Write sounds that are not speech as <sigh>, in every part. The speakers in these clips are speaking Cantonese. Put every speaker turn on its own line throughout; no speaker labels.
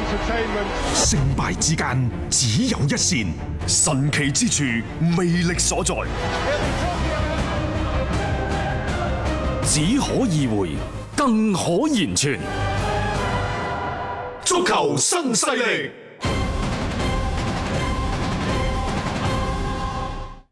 entertainment.
勝敗之間只有一線。
神奇之處，魅力所在，
只可意會，更可言傳。
足球新勢力。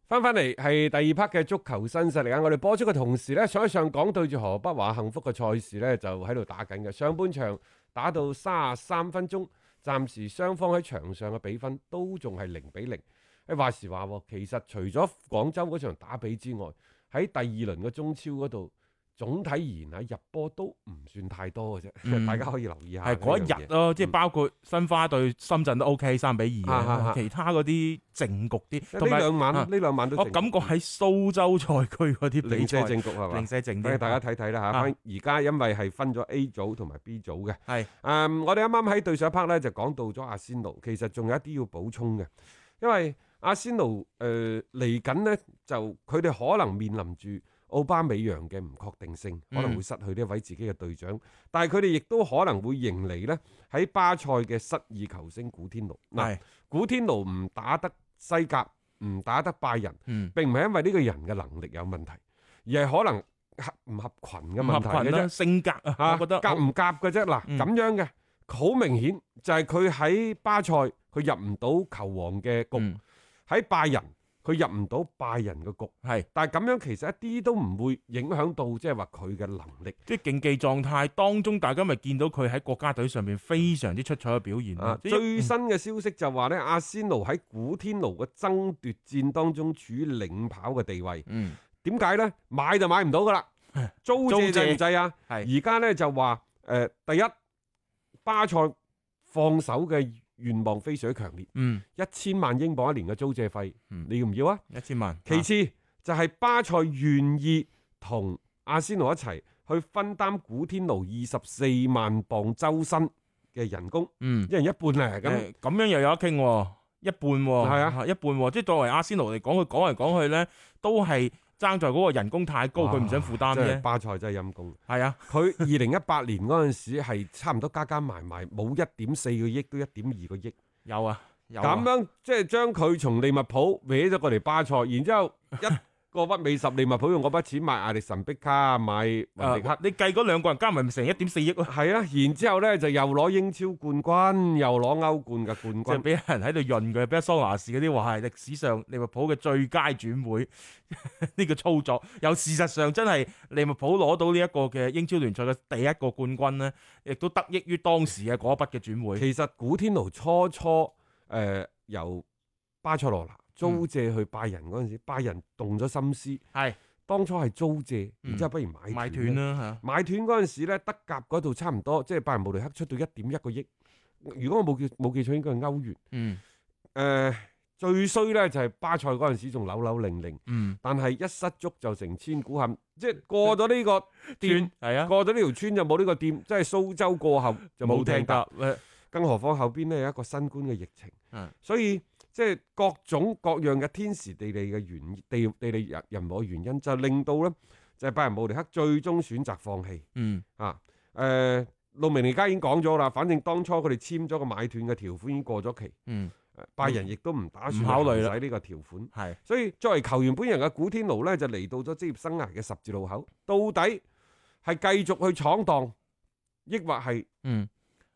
翻翻嚟係第二 part 嘅足球新勢力啊！我哋播出嘅同時呢，上一上港對住河北華幸福嘅賽事呢，就喺度打緊嘅。上半場打到三十三分鐘，暫時雙方喺場上嘅比分都仲係零比零。誒話時話喎，其實除咗廣州嗰場打比之外，喺第二輪嘅中超嗰度，總體而言喺入波都唔算太多嘅啫。<laughs>
嗯
大家可以留意下呢
係嗰
樣嘢。嗯
一日咯，即係包括申花對深圳都 OK 三比
啊啊啊
二嘅，其他嗰啲靜局啲，
呢
同埋
兩晚
啊
呢兩晚都
我
正
感覺喺蘇州賽區嗰啲
<laughs> 零
比
舍
賽
正局係嘛？
零舍靜
俾
啲，
大家睇睇啦嚇。
啊
反正而家因為係分咗 A 組同埋 B 組嘅。
係
誒、啊我哋啱啱喺對上一 part 咧就講到咗阿仙奴，其實仲有一啲要補充嘅，因為阿仙奴誒嚟緊呢，就佢哋可能面臨住奧巴美揚嘅唔確定性，
嗯
可能會失去呢一位自己嘅隊長，但係佢哋亦都可能會迎嚟呢喺巴塞嘅失意球星古天奴。嗱
係，
古天奴唔打得西甲，唔打得拜仁。
嗯
並唔係因為呢個人嘅能力有問題，而係可能合唔合群嘅
唔
問
合
題
群
嘅
啦，
啫。
性格啊，我覺得
夾唔夾嘅啫。嗱，
嗯
咁樣嘅好明顯就係佢喺巴塞佢入唔到球王嘅局，
嗯
喺拜仁佢入唔到拜仁嘅局。
係
但係咁樣其實一啲都唔會影響到即係話佢嘅能力
即係競技狀態當中，大家咪見到佢喺國家隊上面非常之出彩嘅表現
啊
咯。！即係
最新嘅消息就話呢，阿仙奴喺古天奴嘅爭奪戰當中處於領跑嘅地位。
嗯
點解呢？買就買唔到噶啦，租
租
借
借
制唔制啊？
嗯係
而家咧就話誒、呃第一巴塞放手嘅願望非常之強烈，
嗯
一千萬英鎊一年嘅租借費，
嗯
你要唔要啊？
一千萬，
其次就係巴塞願意同阿仙奴一齊去分擔古天奴二十四萬磅周薪嘅人工，
嗯
一人一半咧啊咁。
誒咁樣又有得傾喎，一半喎，
係啊
一半喎，即係作為阿仙奴嚟講，佢講嚟講去咧，都係爭在嗰個人工太高，
哇
佢唔想負擔
真係
啫。
巴塞真係陰公，
係啊，
佢二零一八年嗰陣時係差唔多加加埋埋冇一點四個億都一點二個億。
有啊，有啊
咁樣即係將佢從利物浦搲咗過嚟巴塞，然之
<laughs>
後一個屈美十利物浦用嗰筆錢買艾力神碧卡、買雲迪克
誒，啊你計嗰兩個人加埋咪成一點四億
<laughs>
咯，
係啊，然之後咧就又攞英超冠軍，又攞歐冠嘅
即係
冠軍。
俾人喺度潤佢，俾桑拿士嗰啲話係歷史上利物浦嘅最佳轉會 <laughs> 呢個操作，又事實上真係利物浦攞到呢一個嘅英超聯賽嘅第一個冠軍咧，亦都得益於當時嘅嗰一筆嘅轉會。
其實古天奴初初誒、呃由巴塞羅那
嗯
租借去拜仁嗰陣時，拜仁動咗心思，
係
當初係租借，
嗯
然之後不如買
買斷
斷啦。
啦嚇。
買斷嗰陣時咧，德甲嗰度差唔多，即係拜仁慕尼黑出到一點一個億。如果我冇記冇記錯，應該係歐元。
嗯
誒、呃最衰咧就係巴塞嗰陣時仲扭扭零零，
嗯，
但係一失足就成千古恨，即係過咗呢
<laughs>
個店，
係啊，
過咗呢條村就冇呢個店，即係蘇州過後就冇呃艇搭。
誒
更何況後邊呢有一個新冠嘅疫情
嗯，
所以即係各種各樣嘅天時地利嘅原地地利人人和嘅原因，就令到呢就係拜仁慕尼黑最終選擇放棄。
嗯
啊，誒、路明尼加已經講咗啦，反正當初佢哋簽咗個買斷嘅條款已經過咗期。
嗯
誒拜仁亦都唔打算
唔考慮啦
使呢個條款，
係
所以作為球員本人嘅古天奴呢，就嚟到咗職業生涯嘅十字路口，到底係繼續去闖蕩，抑或係
嗯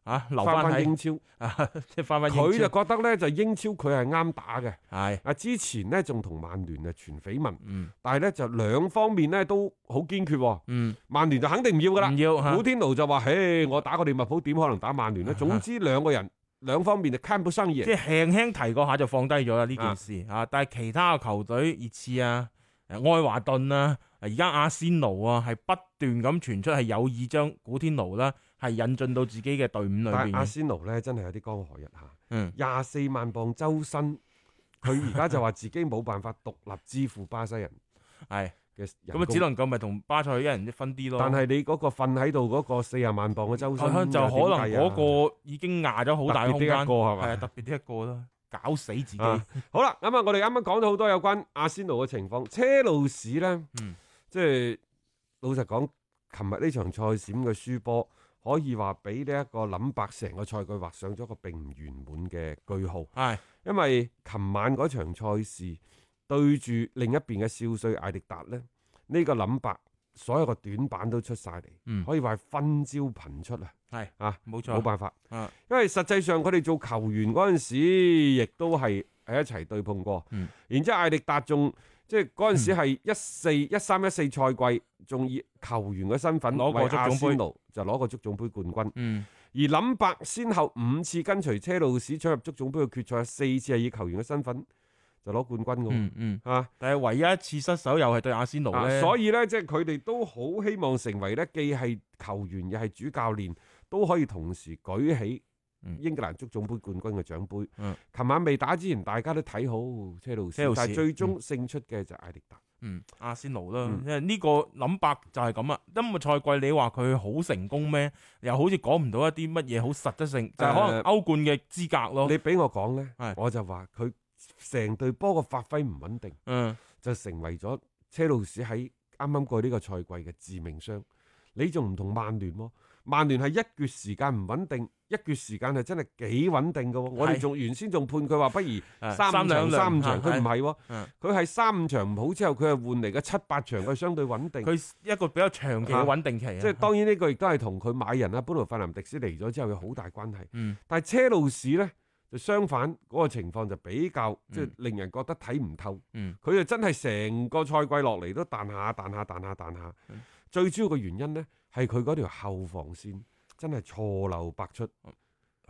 啊，留
翻
翻
翻 <laughs>
喺
英超？
啊，即係翻翻
佢
英
就
超
覺得呢，就英超佢係啱打嘅。
係
啊，之前呢，仲同曼聯啊傳緋聞，
嗯
但係呢，就兩方面呢都好堅決喎。
嗯
曼聯就肯定唔要噶啦
唔，要啊嚇
古天奴就話：，嘿，我打過利物浦，點可能打曼
<laughs>
聯呢？總之兩個人兩方面就看不上
即
眼。
係輕輕提過下就放低咗啦呢件事啊，但係其他嘅球隊熱刺啊、誒愛華頓啊、而家阿仙奴啊，係不斷咁傳出係有意將古天奴啦係引進到自己嘅隊伍裏嗯
但
邊
係阿
嘅，
仙奴呢，真係有啲江河日下。
嗯
廿四萬磅周薪，佢而家就話自己冇辦法獨立支付巴西人
係
嘅人
咁啊，
工
只能夠咪同巴塞一人一分啲咯。
但係你嗰個瞓喺度嗰個四十萬磅嘅周薪
係咯就可能
又點計啊
嗰個已經壓咗好大嘅空
特別的
間，
一個係嘛
係啊，特別的一個啦，搞死自己。
啊好啦，咁啊，我哋啱啱講到好多有關阿仙奴嘅情況，車路士呢，
嗯
即係老實講，琴日呢場賽事咁嘅輸波，可以話俾呢一個林伯成個賽季畫上咗一個並唔圓滿嘅句號，
係
因為琴晚嗰場賽事對住另一邊嘅少帥艾迪達呢，呢、個林伯所有嘅短板都出晒嚟，
嗯
可以話係分招頻出啊，
係
啊。
冇
冇
錯，
辦法
啊，
因為實際上佢哋做球員嗰陣時，亦都係喺一齊對碰過。
嗯
然之後艾力達仲即係嗰陣時係一四一三一四賽季，仲以球員嘅身份
攞過
為
足總
阿仙
杯
奴就攞過足總杯冠軍。
嗯
而林伯先後五次跟隨車路士闖入足總杯嘅決賽，四次係以球員嘅身份就攞冠軍嘅喎。
嗯嗯，
啊
但係唯一一次失手又係對阿仙奴
啊
咧，
所以呢，即係佢哋都好希望成為呢，既係球員又係主教練，都可以同時舉起
嗯
英格蘭足總杯冠軍嘅獎杯。
嗯
琴晚未打之前，大家都睇好車路士
車，路士
但係最終勝出嘅就係艾力達。
嗯，阿仙奴啦，
嗯
因為呢個諗法就係咁啊。今個賽季你話佢好成功咩？又好似講唔到一啲乜嘢好實質性，就係可
誒
能歐冠嘅資格咯。
你俾我講呢
係，
我就話佢成隊波嘅發揮唔穩定，
嗯，
就成為咗車路士喺啱啱過呢個賽季嘅致命傷。你仲唔同曼聯喎？曼聯係一橛時間唔穩定，一橛時間係真係幾穩定嘅喎。我哋仲原先仲判佢話不如
誒
三五場
啊兩
三五場，
兩
佢唔係喎
嗯，
佢係三五場唔好之後，佢係換嚟嘅七八場，佢係相對穩定。
佢一個比較長期嘅
啊
穩定期啊。
即係當然呢個亦都係同佢買人啊啦，本奴費南迪斯嚟咗之後有好大關係。
嗯
但係車路士呢，就相反嗰、個情況就比較
嗯
即係令人覺得睇唔透。佢、
嗯
就真係成個賽季落嚟都彈下彈下彈下彈下。
嗯
最主要嘅原因呢，係佢嗰條後防線真係錯漏百出。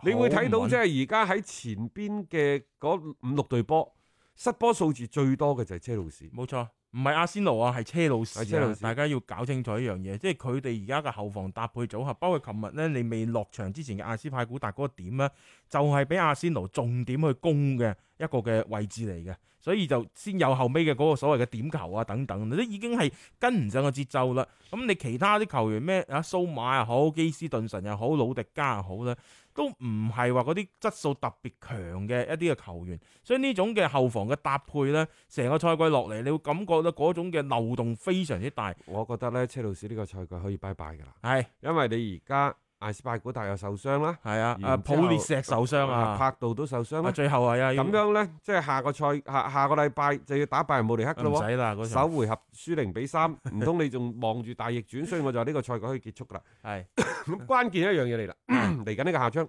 你會睇
好
到
唔穩
即係而家喺前邊嘅嗰五六隊波失波數字最多嘅就係車路士。
冇錯，唔係阿仙奴啊，係車路士、啊。
係車路士
大家要搞清楚一樣嘢，即係佢哋而家嘅後防搭配組合，包括琴日呢，你未落場之前嘅阿斯派古達嗰個點咧，就係、俾阿仙奴重點去攻嘅一個嘅位置嚟嘅，所以就先有後尾嘅嗰個所謂嘅點球啊等等，都已經係跟唔上個節奏啦。咁你其他啲球員咩啊，蘇馬又好，基斯頓神又好，魯迪加又好咧，都唔係話嗰啲質素特別強嘅一啲嘅球員，所以呢種嘅後防嘅搭配咧，成個賽季落嚟，你會感覺到嗰種嘅漏洞非常之大。
我覺得呢，車路士呢個賽季可以拜拜㗎啦，
係
因為你而家艾斯拜古達又受傷啦。
係啊，啊
然之後
普列石受傷啊，
柏度都受傷
啊
啦。
最後係啊，要
咁樣呢，即係下個賽下下個禮拜就要打拜仁慕尼黑
唔
咯
使啦嗰
喎。
場
首回合輸零比
<laughs>
三，唔通你仲望住大逆轉？所以我就話呢個賽季可以結束
<laughs>
㗎啦。
係
咁關鍵一樣嘢嚟啦，
<laughs>
嚟緊呢個下窗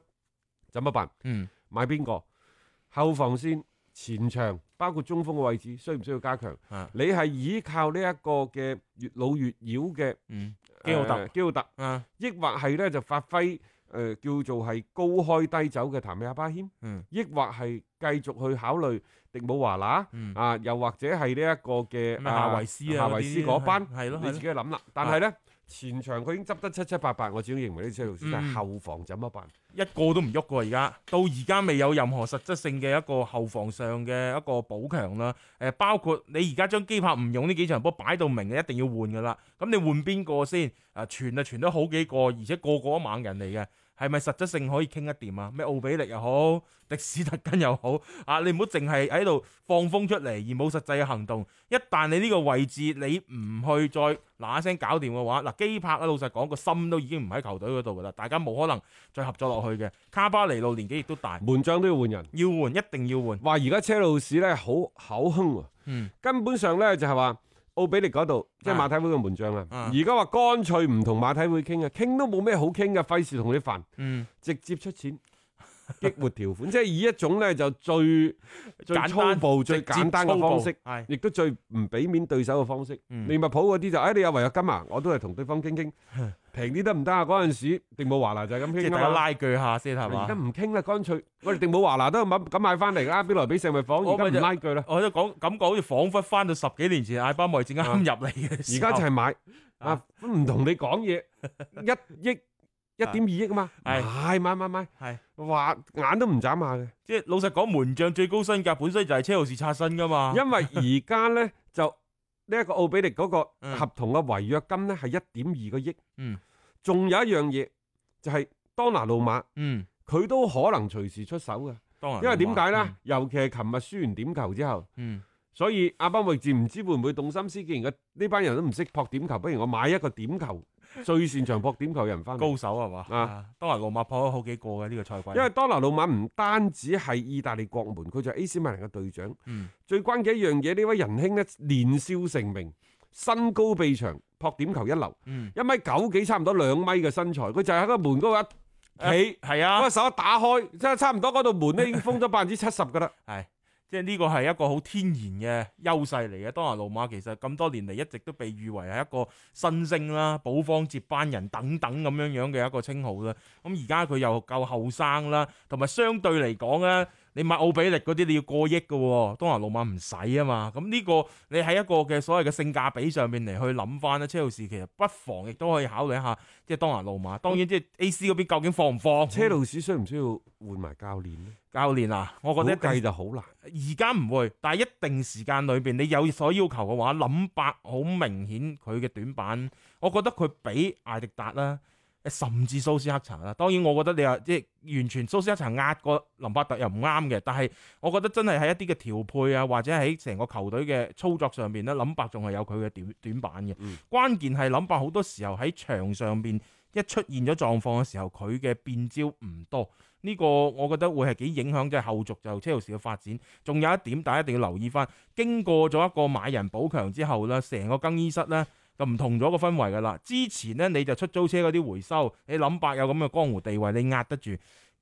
怎麼辦？
嗯
買邊個？後防線、前場包括中鋒嘅位置，需唔需要加強
啊？
你係依靠呢一個嘅越老越妖嘅
嗯基奧特
呃基奧特，
啊
抑或係呢就發揮誒、呃叫做係高開低走嘅譚美亞巴謙，
嗯
抑或係繼續去考慮迪姆華拿、
嗯
啊，又或者係呢一個嘅
咩夏維斯啊
夏維斯
嗰啲
嗰班，
係係咯係咯
你自己去諗啦。但係呢，前場佢已經執得七七八八，我始終認為呢車路士，但係後防怎麼辦？
一個都唔喐過而家，到而家未有任何實質性嘅一個後防上嘅一個補強啦。誒、呃包括你而家將基帕唔用呢幾場波擺到明嘅，一定要換噶啦。咁你換邊個先？啊，傳就傳咗好幾個，而且個個都猛人嚟嘅，係咪實質性可以傾得掂啊？咩奧比力又好， <laughs> 迪斯特根又好，啊，你唔好淨係喺度放風出嚟而冇實際嘅行動。一旦你呢個位置你唔去再嗱嗱聲搞掂嘅話，嗱基帕啊，老實講個心都已經唔喺球隊嗰度噶啦，大家冇可能再合作落去嘅。卡巴尼路年紀亦都大，
門將都要換人。
要換一定要換。
話而家車路士呢好口哼啊，
嗯
根本上呢就係話奧比力嗰度，即係
啊
馬體會嘅門將啊。
啊
而家話乾脆唔同馬體會傾啊，傾都冇咩好傾嘅，費事同你煩。
嗯，
直接出
<laughs>
錢激活條款，即係以一種咧就最最
簡
粗
單
暴、最
直接
簡單嘅方式嗯
粗，暴係
亦都最唔俾面對手嘅方式。
嗯
利物浦嗰啲就誒、哎你有違約金啊，我都係同對方傾
<laughs>
傾，平啲得唔得啊？嗰陣時定冇華拿就係咁
即係
傾
大家
啊嘛。
拉鋸下先係
而家
嘛？
唔傾啦，乾脆喂定冇華拿都咁咁買翻嚟啦，邊來俾石咪房？
我
而家
咪
唔
就
拉佢啦，
我都講感覺好似彷彿翻到十幾年前艾巴莫治啱入嚟嘅
嗯而
時候。
家就係買
啊 <laughs>
啊，唔同你講嘢，一億一點二億啊嘛，買
係
買買買，
係
話眼都唔眨下嘅，
即係老實講，門將最高身價本身就係車路士刷新噶嘛。
因為而家咧 <laughs> 就呢一個奧比力嗰個
嗯
合同嘅違約金咧係一點二個億，
嗯
仲有一樣嘢就係當拿路馬，
嗯，
佢都可能隨時出手嘅，
當然。
因為點解咧？？尤其係琴日輸完點球之後。
嗯，
所以阿班維治唔知會唔會動心思，既然個呢班人都唔識撲點球，不如我買一個點球最擅長撲點球嘅人翻嚟。
嗯高手係嘛？
啊
啊，當然羅馬破咗好幾個嘅呢個賽季。
因為當拿魯馬唔單止係意大利國門，佢就係 AC 米蘭嘅隊長。
嗯
最關鍵一樣嘢，呢位仁兄呢，年少成名，身高臂長，撲點球一流，
嗯，
一米九幾，差唔多兩米嘅身材，佢就係喺個門嗰度一企，
係
嗰、
啊，
手一打開，即係差唔多嗰度門咧已經封咗百分之七十㗎啦。
係。即係呢個係一個好天然嘅優勢嚟嘅。當然，路馬其實咁多年嚟一直都被譽為係一個新星啦、保方接班人等等咁樣樣嘅一個稱號啦。咁而家佢又夠後生啦，同埋相對嚟講咧，你買奧比力嗰啲你要過億嘅喎，當然路馬唔使啊嘛。咁呢個你喺一個嘅所謂嘅性價比上面嚟去諗翻咧，車路士其實不妨亦都可以考慮一下，即係當然路馬。當然即係 A.C. 嗰邊究竟放唔放
車路士需唔需要換埋教練呢？
教練啊？我覺
我
得
覺
一
得
定
計就好難。
而家唔會，但係一定時間裏邊，你有所要求嘅話，林伯好明顯佢嘅短板，我覺得佢比艾迪達啦，甚至蘇斯克查啦。當然，我覺得你話即係完全蘇斯克查壓過林伯特又唔啱嘅，但係我覺得真係喺一啲嘅調配啊，或者喺成個球隊嘅操作上邊咧，林伯仲係有佢嘅短短板嘅。
嗯
關鍵係林伯好多時候喺場上邊一出現咗狀況嘅時候，佢嘅變招唔多。呢個我覺得會係幾影響即係後續就車路士嘅發展。仲有一點，大家一定要留意翻，經過咗一個買人補強之後啦，成個更衣室咧就唔同咗個氛圍噶啦。之前咧你就出租車嗰啲回收，你諗白有咁嘅江湖地位，你壓得住。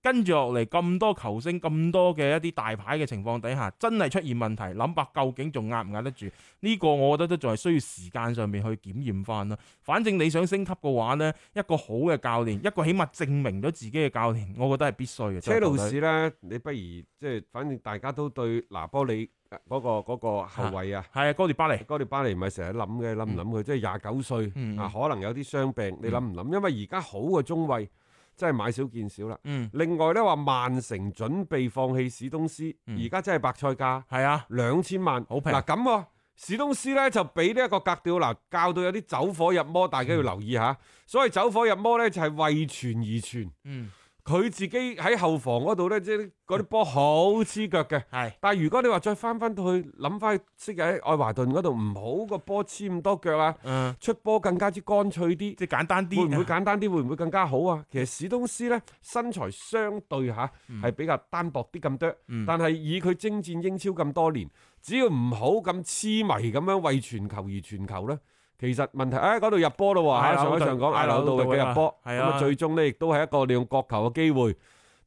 跟住落嚟咁多球星、咁多嘅一啲大牌嘅情況底下，真係出現問題，諗白究竟仲壓唔壓得住？呢、個我覺得都仲係需要時間上面去檢驗翻啦。反正你想升級嘅話呢，一個好嘅教練，一個起碼證明咗自己嘅教練，我覺得係必須嘅。
車路
作為球隊
士咧，你不如即係，反正大家都對拿波里呃嗰、個嗰、個後衞啊，
係啊，哥列巴黎。
哥列巴黎咪成日諗嘅，諗唔諗佢？即係廿九歲
嗯
啊，可能有啲傷病，你諗唔諗？因為而家好嘅中衞真係買少見少啦。
嗯，
另外咧話曼城準備放棄史東斯，
嗯
而家真係白菜價
係啊，
兩千萬，
好平
嗱咁喎。史東斯咧就俾呢一個格調嗱教到有啲走火入魔，大家
嗯
要留意下。所謂走火入魔咧，就係為傳而傳。
嗯，
佢自己喺後防嗰度咧，即係嗰啲波好黐腳嘅。
係
但係如果你話再翻翻到去諗翻昔日喺愛華頓嗰度，唔好個波黐咁多腳啊，
嗯，
出波更加之乾脆啲，
即係簡單啲，啊
會唔會簡單啲？會唔會更加好啊？其實史東斯咧身材相對嚇係比較單薄啲咁多，
嗯
但係以佢征戰英超咁多年，只要唔好咁痴迷咁樣為全球而全球咧。其實問題，哎誒嗰度入波咯
係
喎，
啊
上海上港
好對
嗌樓道嘅
對啊
入波，
係
咁
啊
啊最終呢亦都係一個利用角球嘅機會。第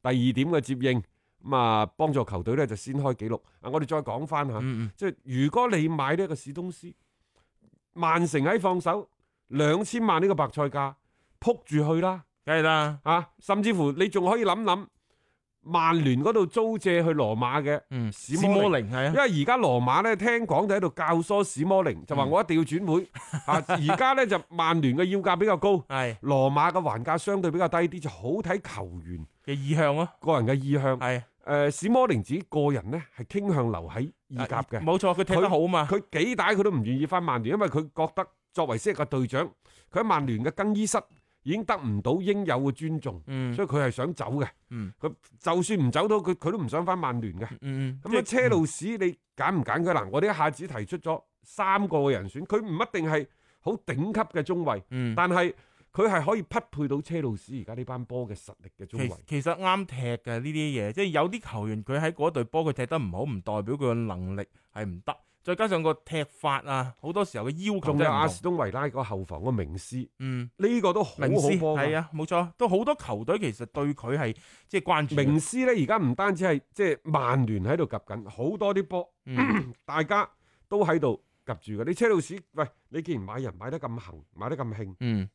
二點嘅接應，咁啊幫助球隊咧就先開紀錄。啊，我哋再講翻嚇，
嗯
即係如果你買呢一個史東斯，曼城喺放手兩千萬呢個白菜價，撲住去啦
梗係啦，
啊！甚至乎你仲可以諗諗曼聯嗰度租借去羅馬嘅，
嗯，
史
史摩
摩
靈
因
係啊，
為而家羅馬咧聽講就喺度教唆史摩寧，就話
嗯
我一定要轉會啊！而家咧就曼聯嘅要價比較高，
係
羅馬嘅還價相對比較低啲，就好睇球員
嘅意向咯，
個人嘅意向。誒、
係
史摩寧自己個人咧係傾向留喺意甲嘅。
啊冇錯，佢踢得好嘛，
佢幾大佢都唔願意翻曼聯，因為佢覺得作為昔日嘅隊長，佢喺曼聯嘅更衣室已經得唔到應有嘅尊重，
嗯
所以佢係想走嘅。佢、
嗯
就算唔走到，佢佢都唔想翻曼聯嘅。
嗯，
咁啊，車路士你揀唔揀佢？嗱，我哋一下子提出咗三個嘅人選，佢唔一定係好頂級嘅中衞，
嗯，
但係佢係可以匹配到車路士而家呢班波嘅實力嘅中
其
衞。
其實啱踢嘅呢啲嘢，即係有啲球員佢喺嗰隊波佢踢得唔好，唔代表佢嘅能力係唔得，再加上個踢法啊，好多時候嘅要求
仲
真
有
係
阿
唔
士
同，
東維拉個後防個名師，
嗯，
呢、個都好好
明斯
波㗎
係啊，冇錯，都好多球隊其實對佢係即係關注嘅，
名師咧，而家唔單止係即係曼聯喺度及緊，好多啲波
嗯
<clears throat> 大家都喺度及住嘅。你車路士，喂，你既然買人買得咁行，買得咁興，
嗯。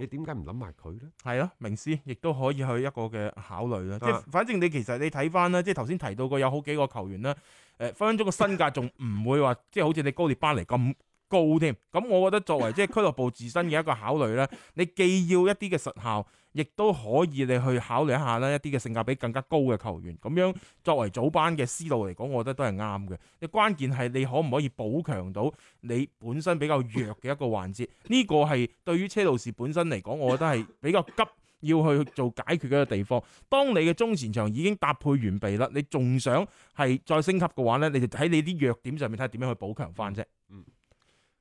你點解唔諗埋佢咧？
係咯，名師亦都可以去一個嘅考慮啦。即係
啊
反正你其實你睇翻啦，即係頭先提到過有好幾個球員啦，誒、呃分分鐘個身價仲唔會話即係好似你高列巴黎咁 <laughs> 高添。咁我覺得作為即係俱樂部自身嘅一個考慮啦，你既要一啲嘅實效，亦都可以你去考慮一下啦，一啲嘅性價比更加高嘅球員，咁樣作為組班嘅思路嚟講，我覺得都係啱嘅。你關鍵係你可唔可以補強到你本身比較弱嘅一個環節？ <laughs> 呢個係對於車路士本身嚟講，我覺得係比較急。要去做解決嘅一個地方，當你嘅中前場已經搭配完備啦，你仲想係再升級嘅話呢，你就喺你啲弱點上面睇下點樣去補強翻啫。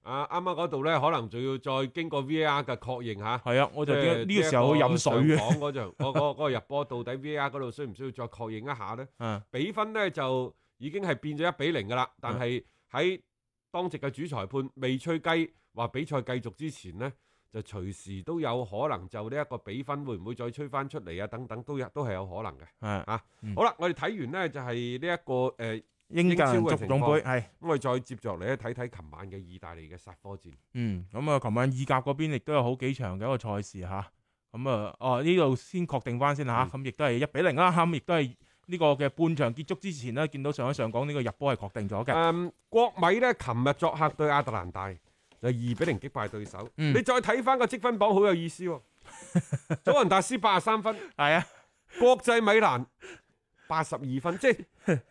啊，啱啱嗰度咧，可能仲要再經過 VAR 嘅確認吓。
係啊，我就覺得呢個時候去飲水啊嘅。
講嗰場，嗰嗰嗰個入波到底 VAR 嗰度需唔需要再確認一下咧？
嗯
比分呢就已經係變咗一比零噶啦，但
嗯
係喺當值嘅主裁判未吹雞話比賽繼續之前呢，就隨時都有可能就呢一個比分會唔會再吹翻出嚟啊？等等都有都係有可能嘅。
係嗯
好啦，我哋睇完呢就係呢一個誒，呃
英格
英超
蘭
嘅
足
情
總杯
況
係。
咁我哋再接著嚟咧睇睇琴晚嘅意大利嘅殺科戰。
嗯，咁啊，琴晚意甲嗰邊亦都有好幾場嘅一個賽事吓，咁啊，哦呢度先確定翻先吓，咁亦都係一比零啦，咁亦都係呢個嘅半場結束之前呢，見到上一上講呢個入波係確定咗嘅，
誒、嗯國米呢，琴日作客對亞特蘭大就二比零擊敗對手。
嗯
你再睇翻個積分榜好有意思
<laughs>
喎、祖雲達斯八十三分，
係啊，
國際米蘭八十二分，即係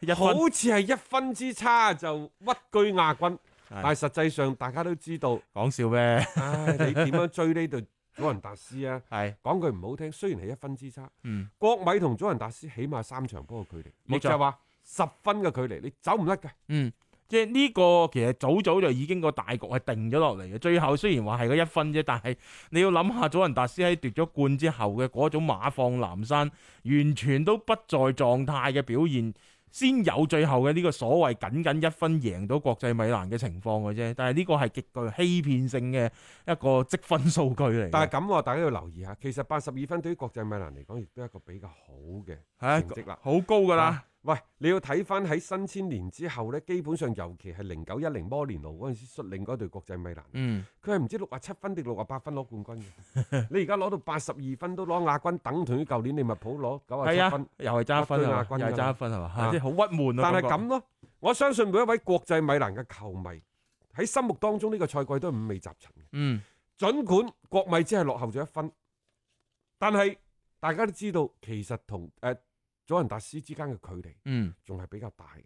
一
好
分
似係一分之差就屈居亞軍，但係實際上大家都知道，
<laughs> 講笑咩？
唉，你點樣追呢隊祖雲達斯啊？
係，
講句唔好聽，雖然係一分之差，
嗯，
國米同祖雲達斯起碼三場波嘅距離，
冇錯
亦就係話十分嘅距離，你走唔甩嘅。
嗯，即係呢個其實早早就已經個大局係定咗落嚟嘅。最後雖然話係個一分啫，但係你要諗下，祖雲達斯喺奪咗冠之後嘅嗰種馬放南山，完全都不在狀態嘅表現，先有最後嘅呢個所謂僅僅一分贏到國際米蘭嘅情況嘅啫。但係呢個係極具欺騙性嘅一個積分數據 <laughs> 嚟嘅。
但係咁喎，大家要留意下，其實八十二分對於國際米蘭嚟講，亦都係一個比較好嘅
唉
成績啦。
好高㗎啦
啊，喂，你要睇翻喺新千年之後呢，基本上尤其係零九一零摩連奴嗰陣時率領嗰隊國際米蘭，
嗯。
佢係唔知六啊七分定六啊八分攞冠軍
<laughs>
嘅。你而家攞到八十二分都攞亞軍，等同於舊年利物浦攞九啊
係
七
啊
分。，
又係爭一分
屈居亞
啊，
軍
又係
㗎
爭
啦
一分係嘛，
啊
即係好鬱悶啊！
但係
感覺
咁咯，我相信每一位國際米蘭嘅球迷喺心目當中呢個賽季都係五味雜陳嘅。
嗯，
儘管國米只係落後咗一分，但係大家都知道，其實同誒、呃祖雲達斯之間嘅距離
嗯，
仲係比較大嘅，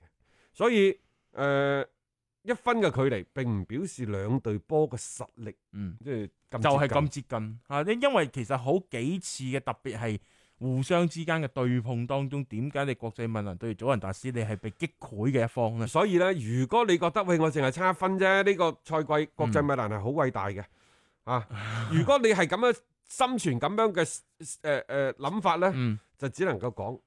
所以誒、呃一分嘅距離並唔表示兩隊波嘅實力，
嗯。
即係咁
就係
係
咁接近嚇，因因為其實好幾次嘅特別係互相之間嘅對碰當中，點解你國際米蘭對祖雲達斯你係被擊潰嘅一方呢？
所以咧，如果你覺得喂我淨係差一分啫，呢、個賽季國際米蘭係好偉大嘅、啊！
<laughs>
如果你係咁樣心存咁樣嘅誒誒諗法咧，
嗯，哦
就只能夠講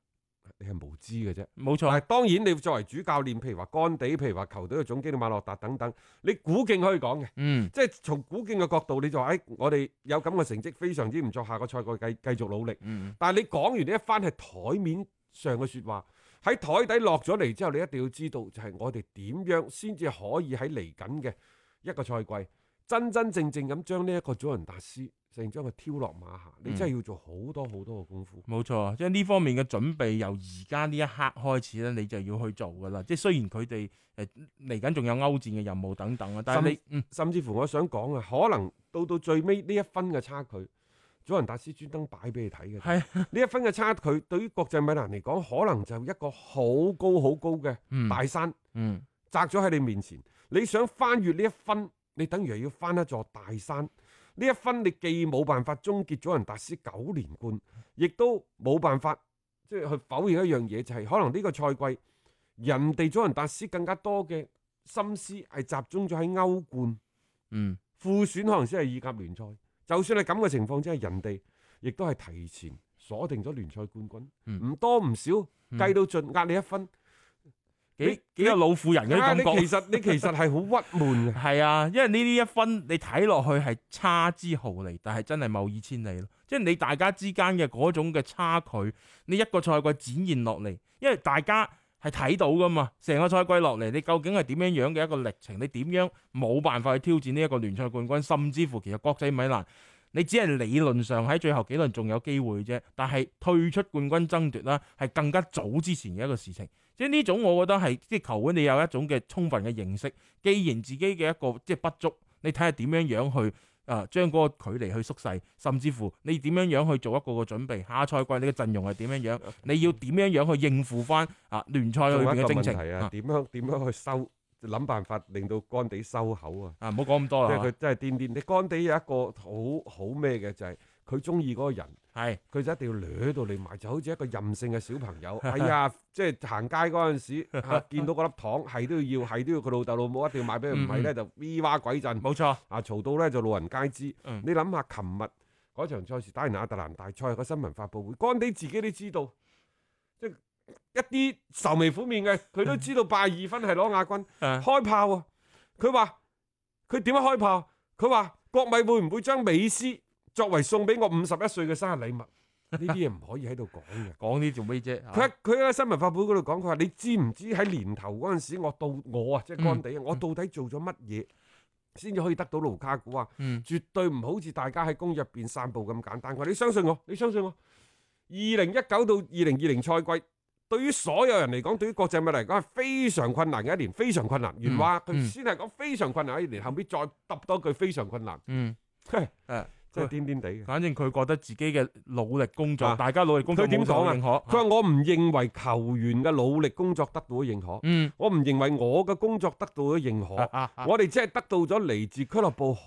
你係無知嘅啫。
冇
但係
錯，
當然，你作為主教練，譬如話干地，譬如話球隊嘅總經理馬洛達等等，你古勁可以講嘅，
嗯，
即係從古勁嘅角度，你就話：，誒、我哋有咁嘅成績，非常之唔錯，下個賽季繼繼續努力。
嗯，
但係你講完呢一番係台面上嘅説話，喺台底落咗嚟之後，你一定要知道，就係我哋點樣先至可以喺嚟緊嘅一個賽季，真真正正咁將呢一個祖雲達斯成將佢挑落馬下，你真係要做好多好多嘅功夫。
冇錯，即係呢方面嘅準備由而家呢一刻開始咧，你就要去做噶啦。即係雖然佢哋誒嚟緊仲有歐戰嘅任務等等啊，但係你嗯
甚至乎我想講啊，可能到到最尾呢一分嘅差距，祖雲達斯專登擺俾你睇嘅。
係
呢一分嘅差距，對於國際米蘭嚟講，可能就一個好高好高嘅
嗯
大山
嗯
擲咗喺你面前。你想翻越呢一分，你等於係要翻一座大山。呢一分你既冇辦法終結祖雲達斯九連冠，亦都冇辦法即係去否認一樣嘢，就係、可能呢個賽季人哋祖雲達斯更加多嘅心思係集中咗喺歐冠。
嗯
副選可能先係意甲聯賽。就算係咁嘅情況之下，人哋亦都係提前鎖定咗聯賽冠軍，唔、
嗯
多唔少
嗯
計到盡，壓你一分。
幾
你
幾有老婦人嗰啲
啊
感
你
覺。
其實你 <laughs> 其實係好鬱悶 <laughs> 嘅。
係啊，因為呢啲一分你睇落去係差之毫厘，但係真係謬以千里咯。即係你大家之間嘅嗰種嘅差距，你一個賽季展現落嚟，因為大家係睇到噶嘛，成個賽季落嚟，你究竟係點樣樣嘅一個歷程？你點樣冇辦法去挑戰呢一個聯賽冠軍，甚至乎其實國際米蘭。你只係理論上喺最後幾輪仲有機會啫，但係退出冠軍爭奪啦，係更加早之前嘅一個事情。即係呢種，我覺得係即係球會你有一種嘅充分嘅認識。既然自己嘅一個即係不足，你睇下點樣樣去啊將嗰個距離去縮細，甚至乎你點樣樣去做一個個準備，下賽季你嘅陣容係點樣樣，你要點樣樣去應付翻啊聯賽裏
嗯仲有
邊
一個
嘅
問
征程
題啊，
啊
點樣點樣去收？諗辦法令到乾地收口啊！
啊！唔好講咁多
即係佢
啦，
真係癲癲。你乾地有一個好好咩嘅就係佢中意嗰個人。
係
佢就一定要掠到你埋，就好似一個任性嘅小朋
<laughs>
友。哎呀，即係行街嗰陣時，嚇 <laughs> 見到嗰粒糖，係都要要，係都要佢老豆老母一定要買俾佢，唔係咧就 V 哇鬼陣。
嗯冇錯，
啊，嘈到咧就路人皆知。
嗯
你諗下，琴日嗰場賽事打完亞特蘭大賽有個新聞發佈會，乾地自己都知道，即係一啲愁眉苦面嘅，佢
嗯
都知道拜二分係攞亞軍。
啊
開炮啊！佢話佢點樣開炮？佢話國米會唔會將美斯作為送俾我五十一歲嘅生日禮物？呢啲嘢唔可以喺度講嘅。
講呢做咩啫？啊
佢佢喺新聞發佈會嗰度講，佢話你知唔知喺年頭嗰陣時，我到我啊，即係干地啊，我到底做咗乜嘢先至可以得到盧卡古啊？
嗯
絕對唔好似大家喺公入邊散步咁簡單。佢話你相信我，你相信我。二零一九到二零二零賽季，對於所有人嚟講，對於國際米嚟講係非常困難嘅一年，非常困難。原話佢
嗯
先係講非常困難嘅一年，後尾再揼多句非常
<laughs>
困難，
嗯
<laughs>
誒。
真係癲癲地嘅。
反正佢覺得自己嘅努力工作，
啊
大家努力工作
佢點
冇受
講啊
認
佢
可。
話我唔認為球員嘅努力工作得到咗認可，
嗯
我唔認為我嘅工作得到咗認可。
啊啊
我哋只係得到咗嚟自俱樂部好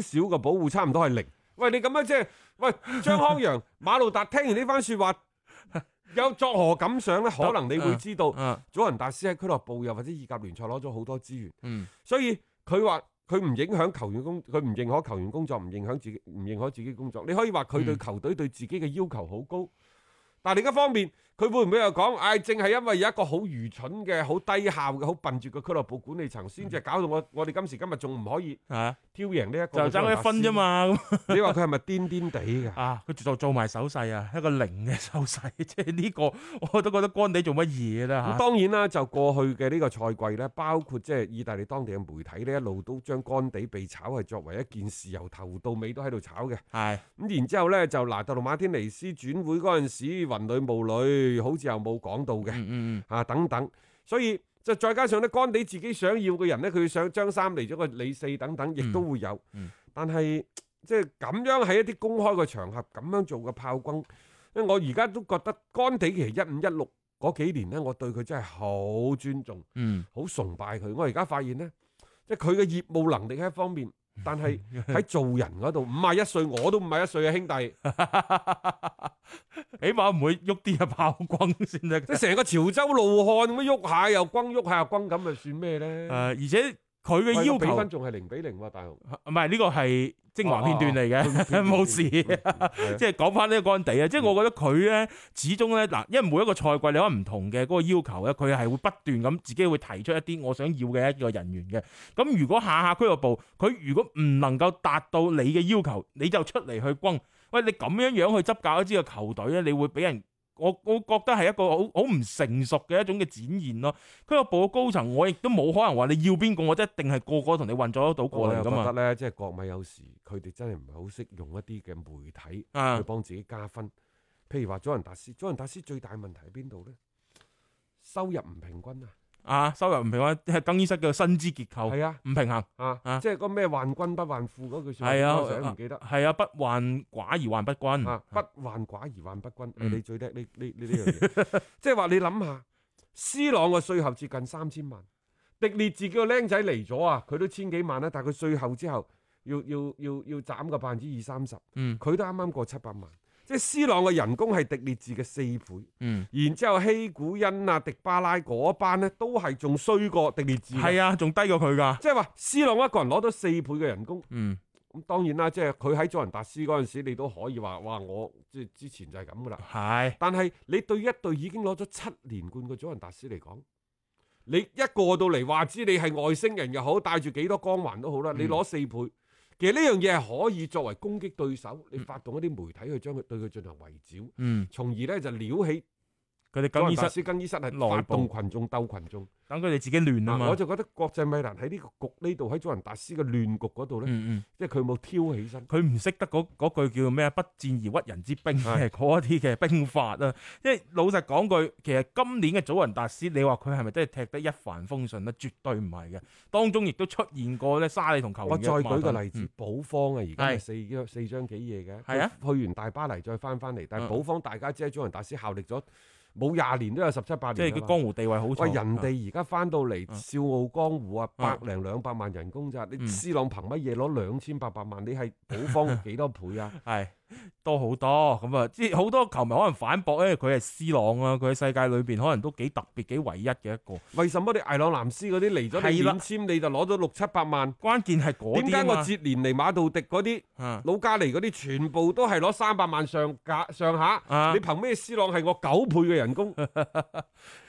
少嘅保護，差唔多係零。喂，你咁樣即係喂張康陽、
<laughs>
馬路達聽完呢番説話，有作何感想呢？可能你會知道，
啊
祖雲達斯喺俱樂部又或者意甲聯賽攞咗好多資源，
嗯
所以佢話佢唔影響球員工，佢唔認可球員工作，唔影響自己，唔認可自己工作。你可以話
嗯
佢對球隊對自己嘅要求好高，但係另一方面，佢會唔會又講，唉、正係因為有一個好愚蠢嘅、好低效嘅、好笨拙嘅俱樂部管理層，先至
嗯
搞到我我哋今時今日仲唔可以
係啊，
挑贏呢一
就
個
爭佢一分
祖
啫
雲達
嘛咁
斯。你話佢係咪癲癲地㗎？
啊！佢做做埋手勢啊，一個零嘅手勢， <laughs> 即係呢個我都覺得乾地做乜嘢
咁
啦嚇。
當然啦，就過去嘅呢個賽季咧，包括即係意大利當地嘅媒體呢，一路都將干地被炒係作為一件事，由頭到尾都喺度炒嘅。
係
咁然之後呢，就拿特魯馬天尼斯轉會嗰陣時，雲裏霧裏，好似又冇講到嘅
嗯嗯
啊等等。所以就再加上呢，干地自己想要嘅人呢，佢想張三嚟咗個李四等等，亦都會有。
嗯
但係即係咁樣喺一啲公開嘅場合咁樣做嘅炮轟，因為我而家都覺得干地其實一五一六嗰幾年呢，我對佢真係好尊重。
嗯
好崇拜佢。我而家發現呢，即係佢嘅業務能力係一方
<laughs>
面，但係喺做人嗰度，五廿一歲我都五廿一歲嘅兄弟，
<laughs> 嗯，起碼唔會喐啲啊炮轟先
<laughs>
得㗎。
即係成個潮州怒漢咁樣喐下又轟，喐下又轟，咁咪算咩
誒， <laughs>
呢？
而且啊佢嘅
喂
要
個比分
求
仲係零比零喎，大雄。
唔係呢個係精華片段嚟
哦
嘅， <laughs> 冇
<laughs>
事。
事
即係講翻呢個干地啊，即係
嗯
我覺得佢咧始終咧嗱，因為每一個賽季你可能唔同嘅嗰個要求咧，佢係會不斷咁自己會提出一啲我想要嘅一個人員嘅。咁如果下下俱樂部佢如果唔能夠達到你嘅要求，你就出嚟去轟。喂，你咁樣樣去執教一支嘅球隊咧，你會俾人。我我覺得係一個好好唔成熟嘅一種嘅展現咯。俱樂部嘅高層，我亦都冇可能話你要邊個，我一定係個個同你運作得到過
我
嚟啊
又
噶
覺得
嘛。
呢，即係國米有時佢哋真係唔係好識用一啲嘅媒體去
啊，
幫自己加分。譬如話佐仁達斯，佐仁達斯最大問題喺邊度呢？收入唔平均啊！
啊，收入唔平衡，即係更衣室嘅薪資結構
係啊，
唔平衡。
啊
啊，
即係嗰咩患君不患富嗰句説話，
係啊
我成日都唔記得。
係啊，不患寡而患不均。
啊，不患寡而患不均，誒
嗯
你最叻呢呢呢呢樣嘢，
<laughs>
即係話你諗下，C 朗個税後接近三千萬，迪列自己個僆仔嚟咗啊，佢都千幾萬啦，但係佢税後之後要要要要斬個百分之二三十，
嗯
佢都啱啱過七百萬，即係 C 朗嘅人工係迪列治嘅四倍，
嗯，
然之後希古恩啊、迪巴拉嗰班呢，都係仲衰過迪列治，
係
啊，
啊，仲低過佢噶。
即係話 C 朗一個人攞到四倍嘅人工。
嗯
咁當然啦，即係佢喺佐仁達斯嗰陣時，你都可以話：哇！我即係之前就係咁噶啦。
係
但係你對一隊已經攞咗七連冠嘅祖雲達斯嚟講，你一過到嚟話知你係外星人又好，帶住幾多光環都好啦，你攞四倍，其實呢樣嘢係可以作為攻擊對手，你發動一啲媒體去將佢對佢進行圍剿，
嗯
從而呢就撩起
佢哋
佐
更
仁
衣
達
室
斯更衣室係
內
發動
部
群眾鬥群眾。
等佢哋自己亂啊
嗱，
嘛
我。就覺得國際米蘭喺呢個局呢度，喺佐仁達斯嘅亂局嗰度咧，
嗯嗯，
即係佢有冇挑起身。
佢唔識得嗰嗰句叫咩啊不戰而屈人之兵
係
嘅嗰一啲嘅兵法啊。因為老實講句，其實今年嘅祖雲達斯，你話佢係咪真係踢得一帆風順咧？絕對唔係嘅，當中亦都出現過咧沙利同球員
我
嘅
再舉
矛
個
盾
例子
嗯，
保方啊，而家咪
係
四張四張幾嘢嘅，
係啊
佢去完大巴黎再翻翻嚟，但係
嗯
保方大家知喺祖雲達斯效力咗冇廿年都有十七八
即係
年啦
佢
嘛
江湖地位好重。
喂，人哋而家翻到嚟
嗯
笑傲江湖啊，
嗯
百零兩百萬人工咋？你
嗯
C 朗憑乜嘢攞兩千八百萬？你
<laughs>
係保方嘅幾多倍啊？
係多好多咁啊！即係好多球迷可能反駁，因為佢係 C 朗啊，佢喺世界裏邊可能都幾特別、幾唯一嘅一個。
為什麼你艾朗南斯嗰啲嚟咗你
係啦
免簽你就攞到六七百萬？
關鍵係嗰
點
啲
解
啊
我
嘛
哲連尼、馬杜迪嗰啲、
啊
老加尼嗰啲，全部都係攞三百萬上架上下？
啊
你憑咩 C 朗係我九倍嘅人
<laughs>
工？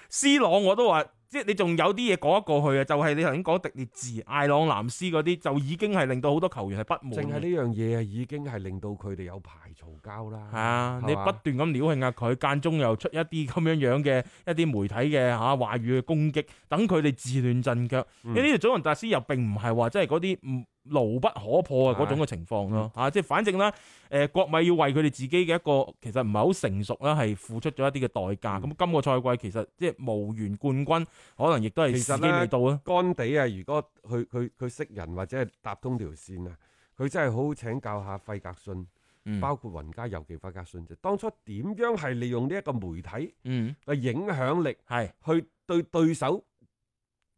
，C 朗我都話，即係你仲有啲嘢講得過去啊！就係、你頭先講迪列治、艾朗、藍斯嗰啲，就已經係令到好多球員係不滿
淨係呢
嘅。
樣嘢啊，已經係令到佢哋有排嘈交啦。
係啊！
係
你
嘛
不斷咁撩興下佢，間中又出一啲咁樣樣嘅一啲媒體嘅嚇、啊、話語嘅攻擊，等佢哋自亂陣腳。
嗯
因為呢條祖雲達斯又並唔係話即係嗰啲唔牢不可破嘅嗰種嘅情況咯
嗯
嚇，即係反正啦，誒、國米要為佢哋自己嘅一個其實唔係好成熟啦，係付出咗一啲嘅代
嗯
價。咁、今個賽季其實即係無緣冠軍，可能亦都係
其實
時機
呢
未到啊。
干地啊，如果佢佢佢識人或者係搭通條線啊，佢真係好好請教下費格遜，
嗯
包括雲加，尤其費格遜啫。當初點樣係利用呢一個媒體
嗯，
嘅影響力
係
去對對手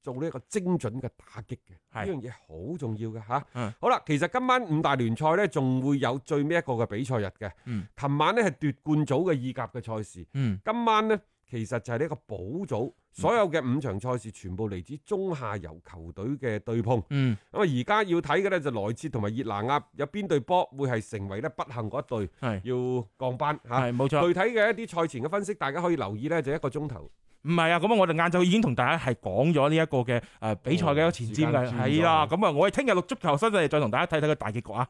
做呢一個精準嘅打擊嘅，
係
呢樣嘢好重要嘅嚇。
嗯
好啦，其實今晚五大聯賽呢，仲會有最尾一個嘅比賽日嘅。
嗯
琴晚呢係奪冠組嘅意甲嘅賽事。
嗯
今晚呢，其實就係呢一個保組，所有嘅五場賽事全部嚟自中下游球隊嘅對碰。咁啊，
嗯
而家要睇嘅呢，就萊切同埋熱拿亞有邊隊波會係成為呢不幸嗰一隊
係
要降班嚇。
係冇錯。
具體嘅一啲賽前嘅分析，大家可以留意呢，就一個鐘頭。
唔係啊，咁啊，我哋晏晝已經同大家係講咗呢一個嘅誒比賽嘅一個前
哦
瞻嘅，
時間轉咗
係啦，咁啊，我哋聽日錄足球新勢力再同大家睇睇個大結局啊。